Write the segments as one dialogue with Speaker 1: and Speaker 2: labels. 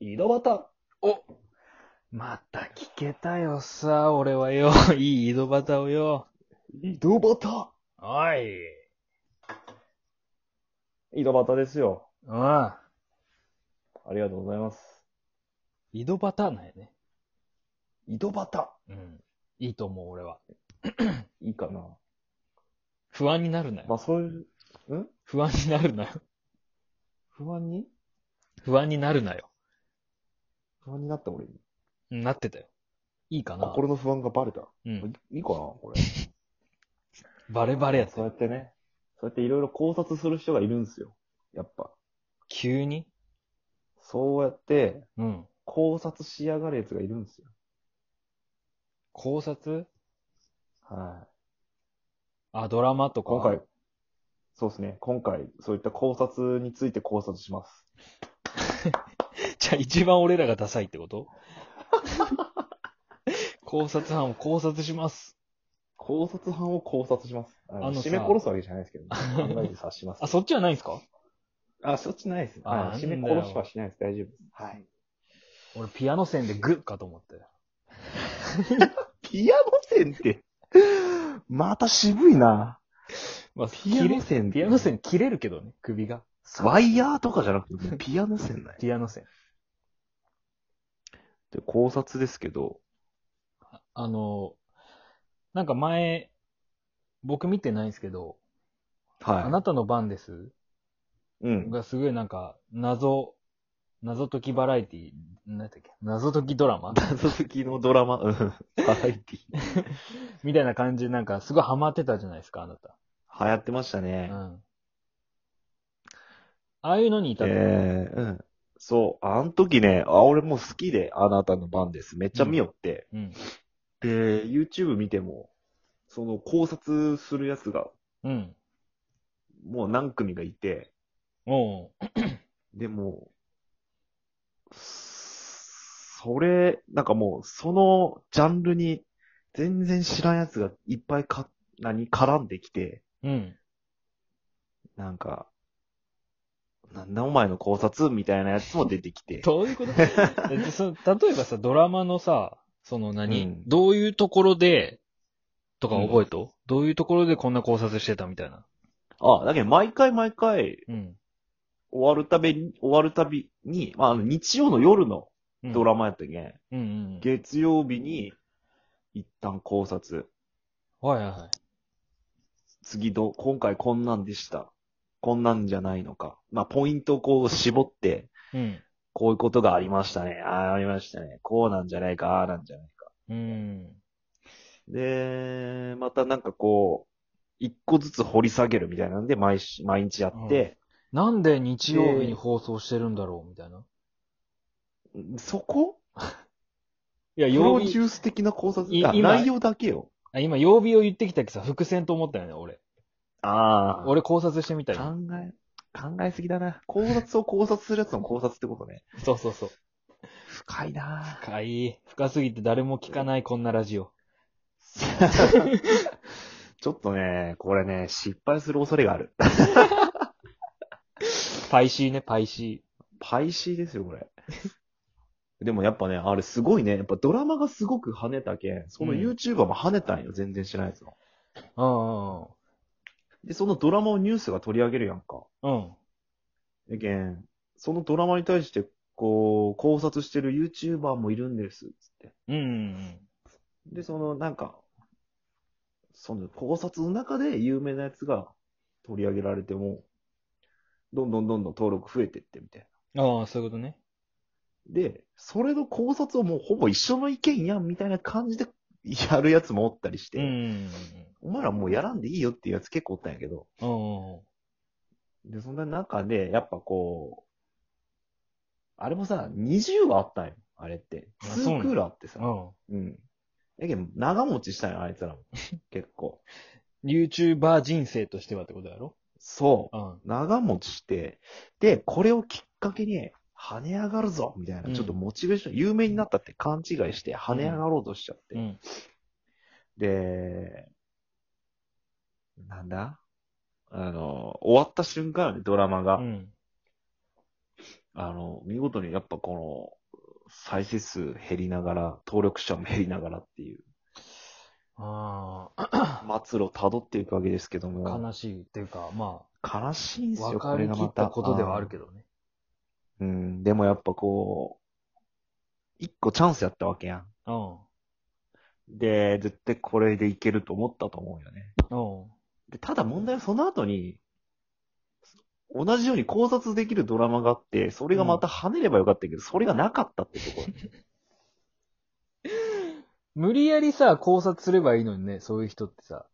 Speaker 1: 井戸端。
Speaker 2: お
Speaker 3: また聞けたよさ、俺はよ。 いい井戸端をよ。
Speaker 1: 井戸端
Speaker 3: おい。
Speaker 1: 井戸端ですよ。
Speaker 3: うん。
Speaker 1: ありがとうございます。
Speaker 3: 井戸端なんやね。
Speaker 1: 井戸端。
Speaker 3: うん。いいと思う、俺は。
Speaker 1: いいかな。
Speaker 3: 不安になるなよ。
Speaker 1: まあそういう、
Speaker 3: 不安になるなよ。
Speaker 1: 不安に
Speaker 3: 不安になるなよ。
Speaker 1: 不安になった俺。
Speaker 3: うんなってたよ。いいかな。
Speaker 1: 心の不安がバレた。
Speaker 3: うん。
Speaker 1: いいかなこれ。
Speaker 3: バレバレやった
Speaker 1: そうや
Speaker 3: よ。
Speaker 1: ってね、そうやっていろいろ考察する人がいるんですよ。やっぱ。
Speaker 3: 急に
Speaker 1: そうやって
Speaker 3: うん。
Speaker 1: 考察しやがるやつがいるんですよ。
Speaker 3: 考察
Speaker 1: はい。
Speaker 3: あ、ドラマとか。
Speaker 1: 今回、そうですね。今回、そういった考察について考察します。
Speaker 3: じゃあ一番俺らがダサいってこと 考察班を考察します。
Speaker 1: 考察班を考察します。あの
Speaker 3: あのさ
Speaker 1: 締め殺すわけじゃないですけど、考えて察します
Speaker 3: あ、。そっちはないんすか
Speaker 1: あ、そっちないです。
Speaker 3: あ
Speaker 1: はい締め
Speaker 3: なんだよ
Speaker 1: 殺しはしないです。大丈夫です。はい。
Speaker 3: 俺ピアノ線でグッかと思ったよ。
Speaker 1: ピアノ線って、また渋いな。
Speaker 3: まあ、
Speaker 1: ピアノ線
Speaker 3: ピアノ線切れるけどね、首が。
Speaker 1: ワイヤーとかじゃなくて、ピアノ線ない。
Speaker 3: ピアノ線。
Speaker 1: で考察ですけど、
Speaker 3: あの、なんか前、僕見てないんですけど、あ
Speaker 1: は
Speaker 3: なたの番です
Speaker 1: い。うん。
Speaker 3: がすごいなんか、謎、謎解きバラエティ、なんだっけ、謎解きドラマ
Speaker 1: 謎好きのドラマ、うん。バラエティ。
Speaker 3: みたいな感じでなんか、すごいハマってたじゃないですか、あなた。
Speaker 1: 流行ってました
Speaker 3: う
Speaker 1: ね。
Speaker 3: ん。ああいうのにいたの、
Speaker 1: ええうん。そう、あの時ね、あ、俺もう好きで、あなたの番です。めっちゃ見よって。
Speaker 3: うん。
Speaker 1: で、YouTube 見ても、その考察するやつが、
Speaker 3: うん。
Speaker 1: もう何組がいて、
Speaker 3: おう
Speaker 1: でも、それ、なんかもう、そのジャンルに、全然知らんやつがいっぱいか、何、絡んできて、
Speaker 3: うん。
Speaker 1: なんか、なんだお前の考察みたいなやつも出てきて。
Speaker 3: どういうこと えでその例えばさ、ドラマのさ、その何、
Speaker 1: うん
Speaker 3: どういうところで、とか覚えと、どういうところでこんな考察してたみたいな。
Speaker 1: あ、だけど毎回毎回
Speaker 3: うん。
Speaker 1: 終わるたびに、終わるたびに、まあ、あの日曜の夜のドラ
Speaker 3: マ。
Speaker 1: マやったけん、
Speaker 3: うんうんうん。
Speaker 1: 月曜日に一旦考察。
Speaker 3: はいはいはい。
Speaker 1: 次どう、今回こんなんでした。こんなんじゃないのか。まあ、ポイントをこう絞って、
Speaker 3: うん。
Speaker 1: こういうことがありましたね。ああ、ありましたね。こうなんじゃないか、ああなんじゃないか。
Speaker 3: うん。
Speaker 1: で、またなんかこう、一個ずつ掘り下げるみたいなんで、毎し毎日やって、
Speaker 3: なんで日曜日に放送してるんだろうみたいな。
Speaker 1: そこ
Speaker 3: いや、
Speaker 1: プロ
Speaker 3: 曜
Speaker 1: デ
Speaker 3: 日、
Speaker 1: ュース的な考察
Speaker 3: い
Speaker 1: あ
Speaker 3: 今
Speaker 1: 内容だけよ。
Speaker 3: あ今曜日を言ってきたけどさ、伏線と思ったよね、俺。
Speaker 1: ああ。
Speaker 3: 俺考察してみたい
Speaker 1: 考
Speaker 3: な。
Speaker 1: え、考えすぎだな。考察を考察するやつの考察ってことね。
Speaker 3: そうそうそう。
Speaker 1: 深いな
Speaker 3: 深い。深すぎて誰も聞かない、こんなラジオ。
Speaker 1: ちょっとね、これね、失敗する恐れがある。
Speaker 3: パイシーね、パイシ
Speaker 1: パイシーですよ、こ れ。でもやっぱね、あれすごいね。やっぱドラマがすごく跳ねたけん、その
Speaker 3: うん
Speaker 1: YouTuber も跳ねたんよ、全然知らないやつの。
Speaker 3: ー。うん
Speaker 1: で、そのドラマをニュースが取り上げるやんか。
Speaker 3: うんうん。
Speaker 1: でけん、そのドラマに対して、こう、考察してる YouTuber もいるんです、つって。
Speaker 3: うん。うんうん。
Speaker 1: で、その、なんか、その考察の中で有名なやつが取り上げられても、どんどんどんどん登録増えてってみたい
Speaker 3: ああ、そういうことね。
Speaker 1: な。で、それの考察をもうほぼ一緒の意見やんみたいな感じでやるやつもおったりして、
Speaker 3: うんうん
Speaker 1: お前らもうやらんでいいよっていうやつ結構おったんやけど、
Speaker 3: うんうん。うん。
Speaker 1: で、そんな中で、やっぱこう、あれもさ、20話あったんよ、あれって。
Speaker 3: あそう
Speaker 1: 2
Speaker 3: なん
Speaker 1: クールあってさ、
Speaker 3: うん。
Speaker 1: うん。やけん、長持ちしたんよ、あいつらも。結構。
Speaker 3: YouTuber 人生としてはってことやろ
Speaker 1: そう。
Speaker 3: うん。
Speaker 1: 長持ちして、で、これをきっかけに、跳ね上がるぞみたいな、
Speaker 3: うん
Speaker 1: ちょっとモチベーション、有名になったって勘違いして、跳ね上がろうとしちゃって。
Speaker 3: うん。
Speaker 1: で、なんだあの、終わった瞬間よね、ドラマが。
Speaker 3: うん。
Speaker 1: あの、見事にやっぱこの、再生数減りながら、登録者も減りながらっていう、
Speaker 3: あ
Speaker 1: 末路辿っていくわけですけど
Speaker 3: あ、
Speaker 1: も、
Speaker 3: 悲しいっていうか、ま
Speaker 1: 悲しいんで
Speaker 3: あ、
Speaker 1: すよ、
Speaker 3: 分か
Speaker 1: これ
Speaker 3: り
Speaker 1: が
Speaker 3: き
Speaker 1: ま
Speaker 3: った
Speaker 1: た。
Speaker 3: ことではあるけどね。
Speaker 1: ど。うん、でもやっぱこう、一個チャンスやったわけやん。
Speaker 3: うん。
Speaker 1: で、絶対これでいけると思ったと思うよね。
Speaker 3: うん。
Speaker 1: で、ただ問題はその後に、同じように考察できるドラマがあって、それがまた跳ねればよかったけど、それがなかったってところ。
Speaker 3: 無理やりさ、考察すればいいのにね、そういう人ってさ。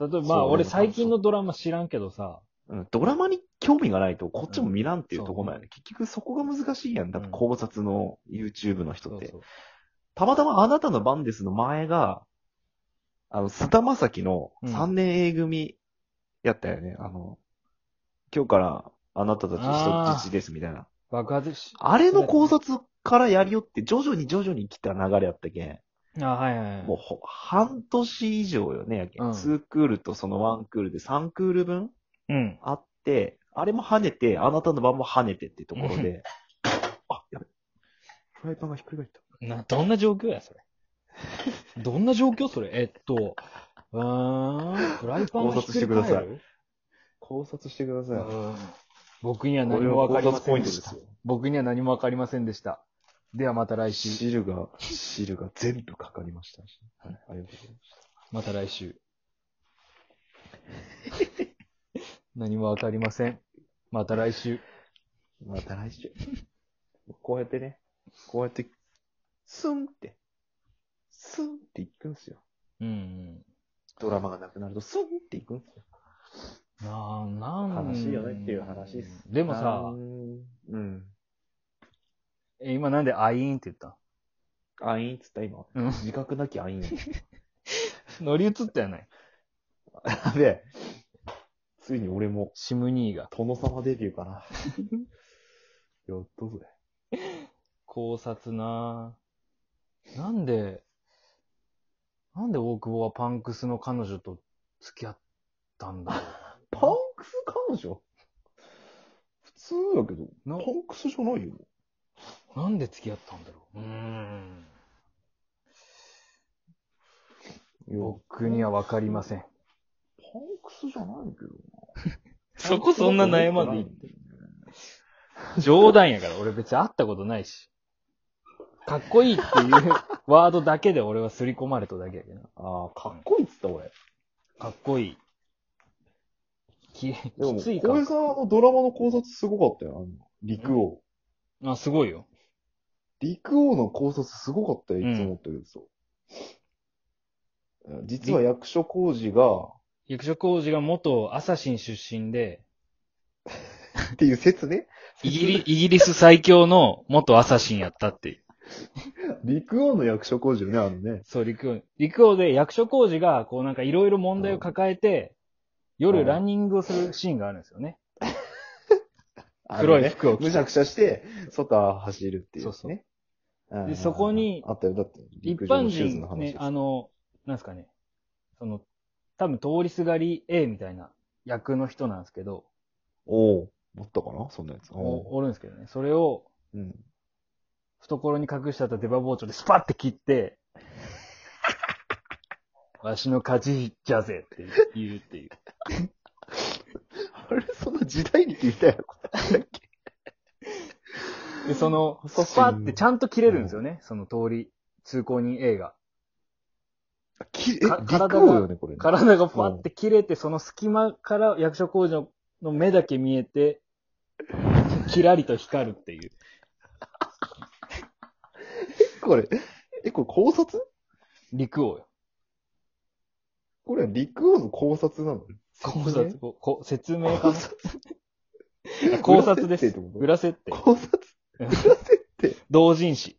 Speaker 3: 例えば、ま
Speaker 1: そ
Speaker 3: あ、
Speaker 1: う
Speaker 3: 俺最近のドラマ知らんけどさ、
Speaker 1: うん、ドラマに興味がないと、こっちも見らんっていうところなんや
Speaker 3: う
Speaker 1: ね。結局そこが難しいやん。だって
Speaker 3: うん
Speaker 1: 考察の YouTube の人
Speaker 3: そ
Speaker 1: っ
Speaker 3: う
Speaker 1: て。
Speaker 3: そう。
Speaker 1: たまたまあなたの番ですの前が、あの、菅田将暉の
Speaker 3: うん
Speaker 1: 3年 A 組やったよね。あの、今日からあなたたち人質ですみたいな。
Speaker 3: 爆発し、
Speaker 1: あれの考察からやりよって徐々に徐々に来た流れやったけん。
Speaker 3: あ、はいはいはい。
Speaker 1: もうほ半年以上よね、やけん。
Speaker 3: うん
Speaker 1: 2クールとその1クールで3クール分
Speaker 3: うん。
Speaker 1: あって、あれも跳ねて、あなたの番も跳ねてってところで、 あ、やべ、フライパンがひっくり返った。
Speaker 3: な、どんな状況や、 それ。どんな状況それ。えっと、うーん、フライパンがひっくり
Speaker 1: 考察し
Speaker 3: 返る
Speaker 1: てくださ考察してください。
Speaker 3: うん僕には
Speaker 1: こ
Speaker 3: 何
Speaker 1: れ
Speaker 3: もわ
Speaker 1: は考
Speaker 3: かりま
Speaker 1: 察
Speaker 3: せ
Speaker 1: ポイ
Speaker 3: ん
Speaker 1: ン
Speaker 3: で
Speaker 1: トで
Speaker 3: した
Speaker 1: す。よ。
Speaker 3: 僕には何もわかりませんでした。ではまた来週。
Speaker 1: 汁が、汁が全部かかりましたし。はい、ありがとうございました。
Speaker 3: また来週。 何もわかりません。また来週。
Speaker 1: また来週。こうやってね、こうやって、スンって、スンっていくんすよ。
Speaker 3: うん
Speaker 1: ドラマがなくなると、スンっていくんすよ。
Speaker 3: うん。なあ、なん
Speaker 1: 悲しいよねっていう話っす。
Speaker 3: でもさ
Speaker 1: う、んうん。
Speaker 3: え今なんでアイーンって言った
Speaker 1: あいんっつった今。
Speaker 3: うん
Speaker 1: 自覚なきあい ん。
Speaker 3: 乗り移ったやない。
Speaker 1: やべえ。ついに俺も、
Speaker 3: シムニーが。
Speaker 1: 殿様デビューかな。やっとぜ。
Speaker 3: 考察なあなんで、なんで大久保はパンクスの彼女と付き合ったんだろう。
Speaker 1: パンクス彼女普通だけど、パ
Speaker 3: な
Speaker 1: ンクスじゃないよ。
Speaker 3: なんで付き合ったんだろう。うーん。僕にはわかりません。
Speaker 1: パンクスじゃないけどな。
Speaker 3: そこそんな悩まんでいい
Speaker 1: パンクスだと思ってないんだよね
Speaker 3: 冗談やから、俺別に会ったことないし。かっこいいっていうワードだけで俺は刷り込まれただけやけどな。
Speaker 1: ああ、かっこいいっつった俺。
Speaker 3: かっこいい。き、
Speaker 1: でも、
Speaker 3: きついか
Speaker 1: 小江さんのドラマの考察すごかったよ、あの、陸王。
Speaker 3: あ、すごいよ。
Speaker 1: 陸王の考察すごかったよ、いつも思ったけどさ。実は役所広司が、
Speaker 3: 役所広司が元アサシン出身で、
Speaker 1: っていう説ね。
Speaker 3: イギリイギリス最強の元アサシンやったっていう。
Speaker 1: 陸王の役所工事よね、あのね。
Speaker 3: そう、陸王。陸王で役所広司が、こうなんかいろいろ問題を抱えて、
Speaker 1: う
Speaker 3: 夜
Speaker 1: ん
Speaker 3: ランニングをするシーンがあるんですよね。
Speaker 1: あのね
Speaker 3: 黒い服を着て
Speaker 1: むしゃくしゃして、外走るっていう、ね。
Speaker 3: そうそう
Speaker 1: うん。
Speaker 3: でそこに
Speaker 1: あったよ、だって。
Speaker 3: 一
Speaker 1: 陸上
Speaker 3: 般
Speaker 1: のシューズの
Speaker 3: 人、
Speaker 1: 話
Speaker 3: ね、あの、なんですかね、その、多分通りすがり A みたいな役の人なんですけど、
Speaker 1: おお持ったかなそんなやつ。
Speaker 3: お
Speaker 1: お
Speaker 3: おるんですけどね、それを
Speaker 1: ううん。
Speaker 3: 懐に隠してあった出刃包丁でスパッて切 って、わしの勝ちじゃぜって言うっていう。
Speaker 1: あれ、その時代に聞いたやろ、
Speaker 3: で、その、
Speaker 1: アサシン
Speaker 3: スパッてちゃんと切れるんですよね、その通り、通行人 A が。
Speaker 1: きえ、
Speaker 3: か体
Speaker 1: 陸
Speaker 3: が
Speaker 1: 王よね、これ、ね。
Speaker 3: 体がパッて切れて、その隙間から役所工事のの目だけ見えて、キラリと光るっていう。
Speaker 1: これ、え、これ考察
Speaker 3: 陸王よ。
Speaker 1: これは陸王の考察なの
Speaker 3: 考察、ここ説明
Speaker 1: 考
Speaker 3: かな
Speaker 1: 察
Speaker 3: 考察です。
Speaker 1: 裏
Speaker 3: 裏設定。
Speaker 1: 考察
Speaker 3: 同人誌。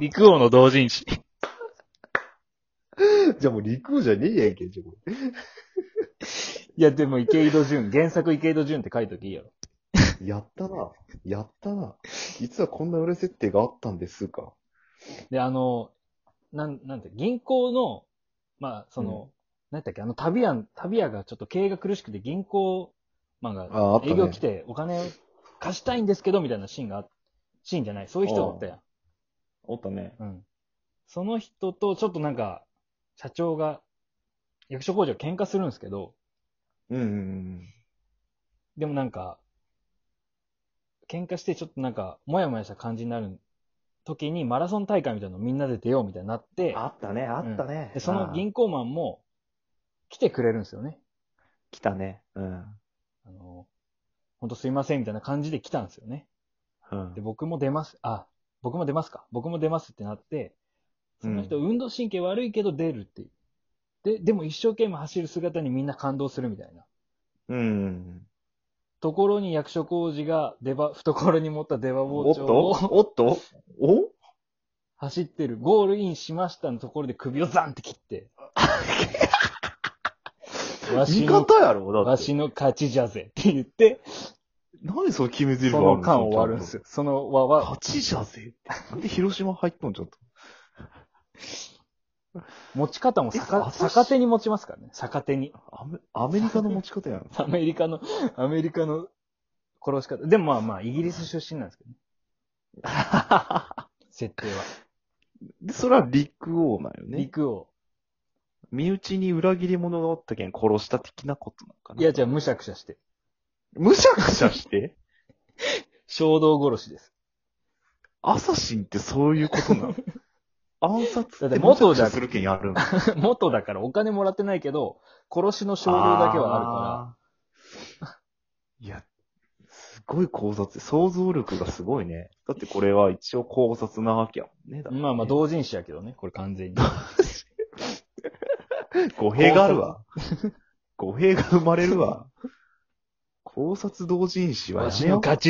Speaker 3: 陸王の同人 誌。
Speaker 1: じゃあもう陸王じゃねえやんけ、じゃあこれ。
Speaker 3: いや、でも池井戸潤、原作池井戸潤って書いときいいやろ。
Speaker 1: やったな。やったな。実はこんな裏設定があったんですか。
Speaker 3: で、あの、なん、なんて、銀行の、まあ、その、なんだっけ、あの、旅屋、旅屋がちょっと経営が苦しくて銀行マン
Speaker 1: ああ
Speaker 3: が
Speaker 1: ったね
Speaker 3: 営業来てお金を貸したいんですけど、みたいなシーンが、シーンじゃない、そういう人おったやん。
Speaker 1: おったね。
Speaker 3: うん。その人と、ちょっとなんか、社長が、役所工場喧嘩するんですけど、
Speaker 1: うんうんうん。
Speaker 3: でもなんか、喧嘩してちょっとなんか、もやもやした感じになる時に、マラソン大会みたいなのみんなで出ようみたいになって、
Speaker 1: あったね、あったね。
Speaker 3: でその
Speaker 1: ああ
Speaker 3: 銀行マンも来てくれるんですよね。
Speaker 1: 来たね。うん。
Speaker 3: あの、ほんとすいませんみたいな感じで来たんですよね。
Speaker 1: うん
Speaker 3: で、。僕も出ます、あ、僕も出ますか。僕も出ますってなって、その人、
Speaker 1: う
Speaker 3: 運動神経悪いけど出るっていう。で、でも一生懸命走る姿にみんな感動するみたいな。
Speaker 1: うん。
Speaker 3: ところに役所工事が出刃、懐に持った出刃
Speaker 1: お
Speaker 3: 包
Speaker 1: っ
Speaker 3: 丁
Speaker 1: と
Speaker 3: を
Speaker 1: おっとお
Speaker 3: 走ってる、ゴールインしましたのところで首をザンって切 って。わし
Speaker 1: 味
Speaker 3: の、
Speaker 1: 方やろだ
Speaker 3: わ
Speaker 1: って。
Speaker 3: しの勝ちじゃぜって言って、
Speaker 1: 何その決め台詞
Speaker 3: そ
Speaker 1: あ
Speaker 3: の間を終わるんですよ。その輪は、
Speaker 1: 勝ちじゃぜって。なんで広島入っとんちょっと。
Speaker 3: 持ち方も
Speaker 1: え
Speaker 3: 逆
Speaker 1: 私
Speaker 3: 逆手に持ちますからね。逆手に。
Speaker 1: アメアメリカの持ち 方やん。
Speaker 3: アメリカの、アメリカの殺し方。でもまあまあ、イギリス出身なんですけどね。設定は。
Speaker 1: で、それは陸王なんよね。
Speaker 3: 陸を。
Speaker 1: 身内に裏切り者がおったけん殺した的なことなんかな。
Speaker 3: いや、じゃあ、むしゃくしゃして。
Speaker 1: むしゃくしゃ して
Speaker 3: 衝動殺しです。
Speaker 1: アサシンってそういうことなの暗殺ってむしゃ
Speaker 3: 元
Speaker 1: く
Speaker 3: じ
Speaker 1: し
Speaker 3: ゃ
Speaker 1: ゃするけんやるんだ。。
Speaker 3: 元だからお金もらってないけど、殺しの衝動だけはあるから
Speaker 1: いや、すごい考察、想像力がすごいね。だってこれは一応考察なわけやもんね。だか
Speaker 3: ら。
Speaker 1: らね
Speaker 3: まあまあ、同人誌やけどね、これ完全に。
Speaker 1: 語弊があるわ。語弊が生まれるわ。考察同人誌は
Speaker 3: わ
Speaker 1: や
Speaker 3: し
Speaker 1: めよ
Speaker 3: の
Speaker 1: う。
Speaker 3: 勝ち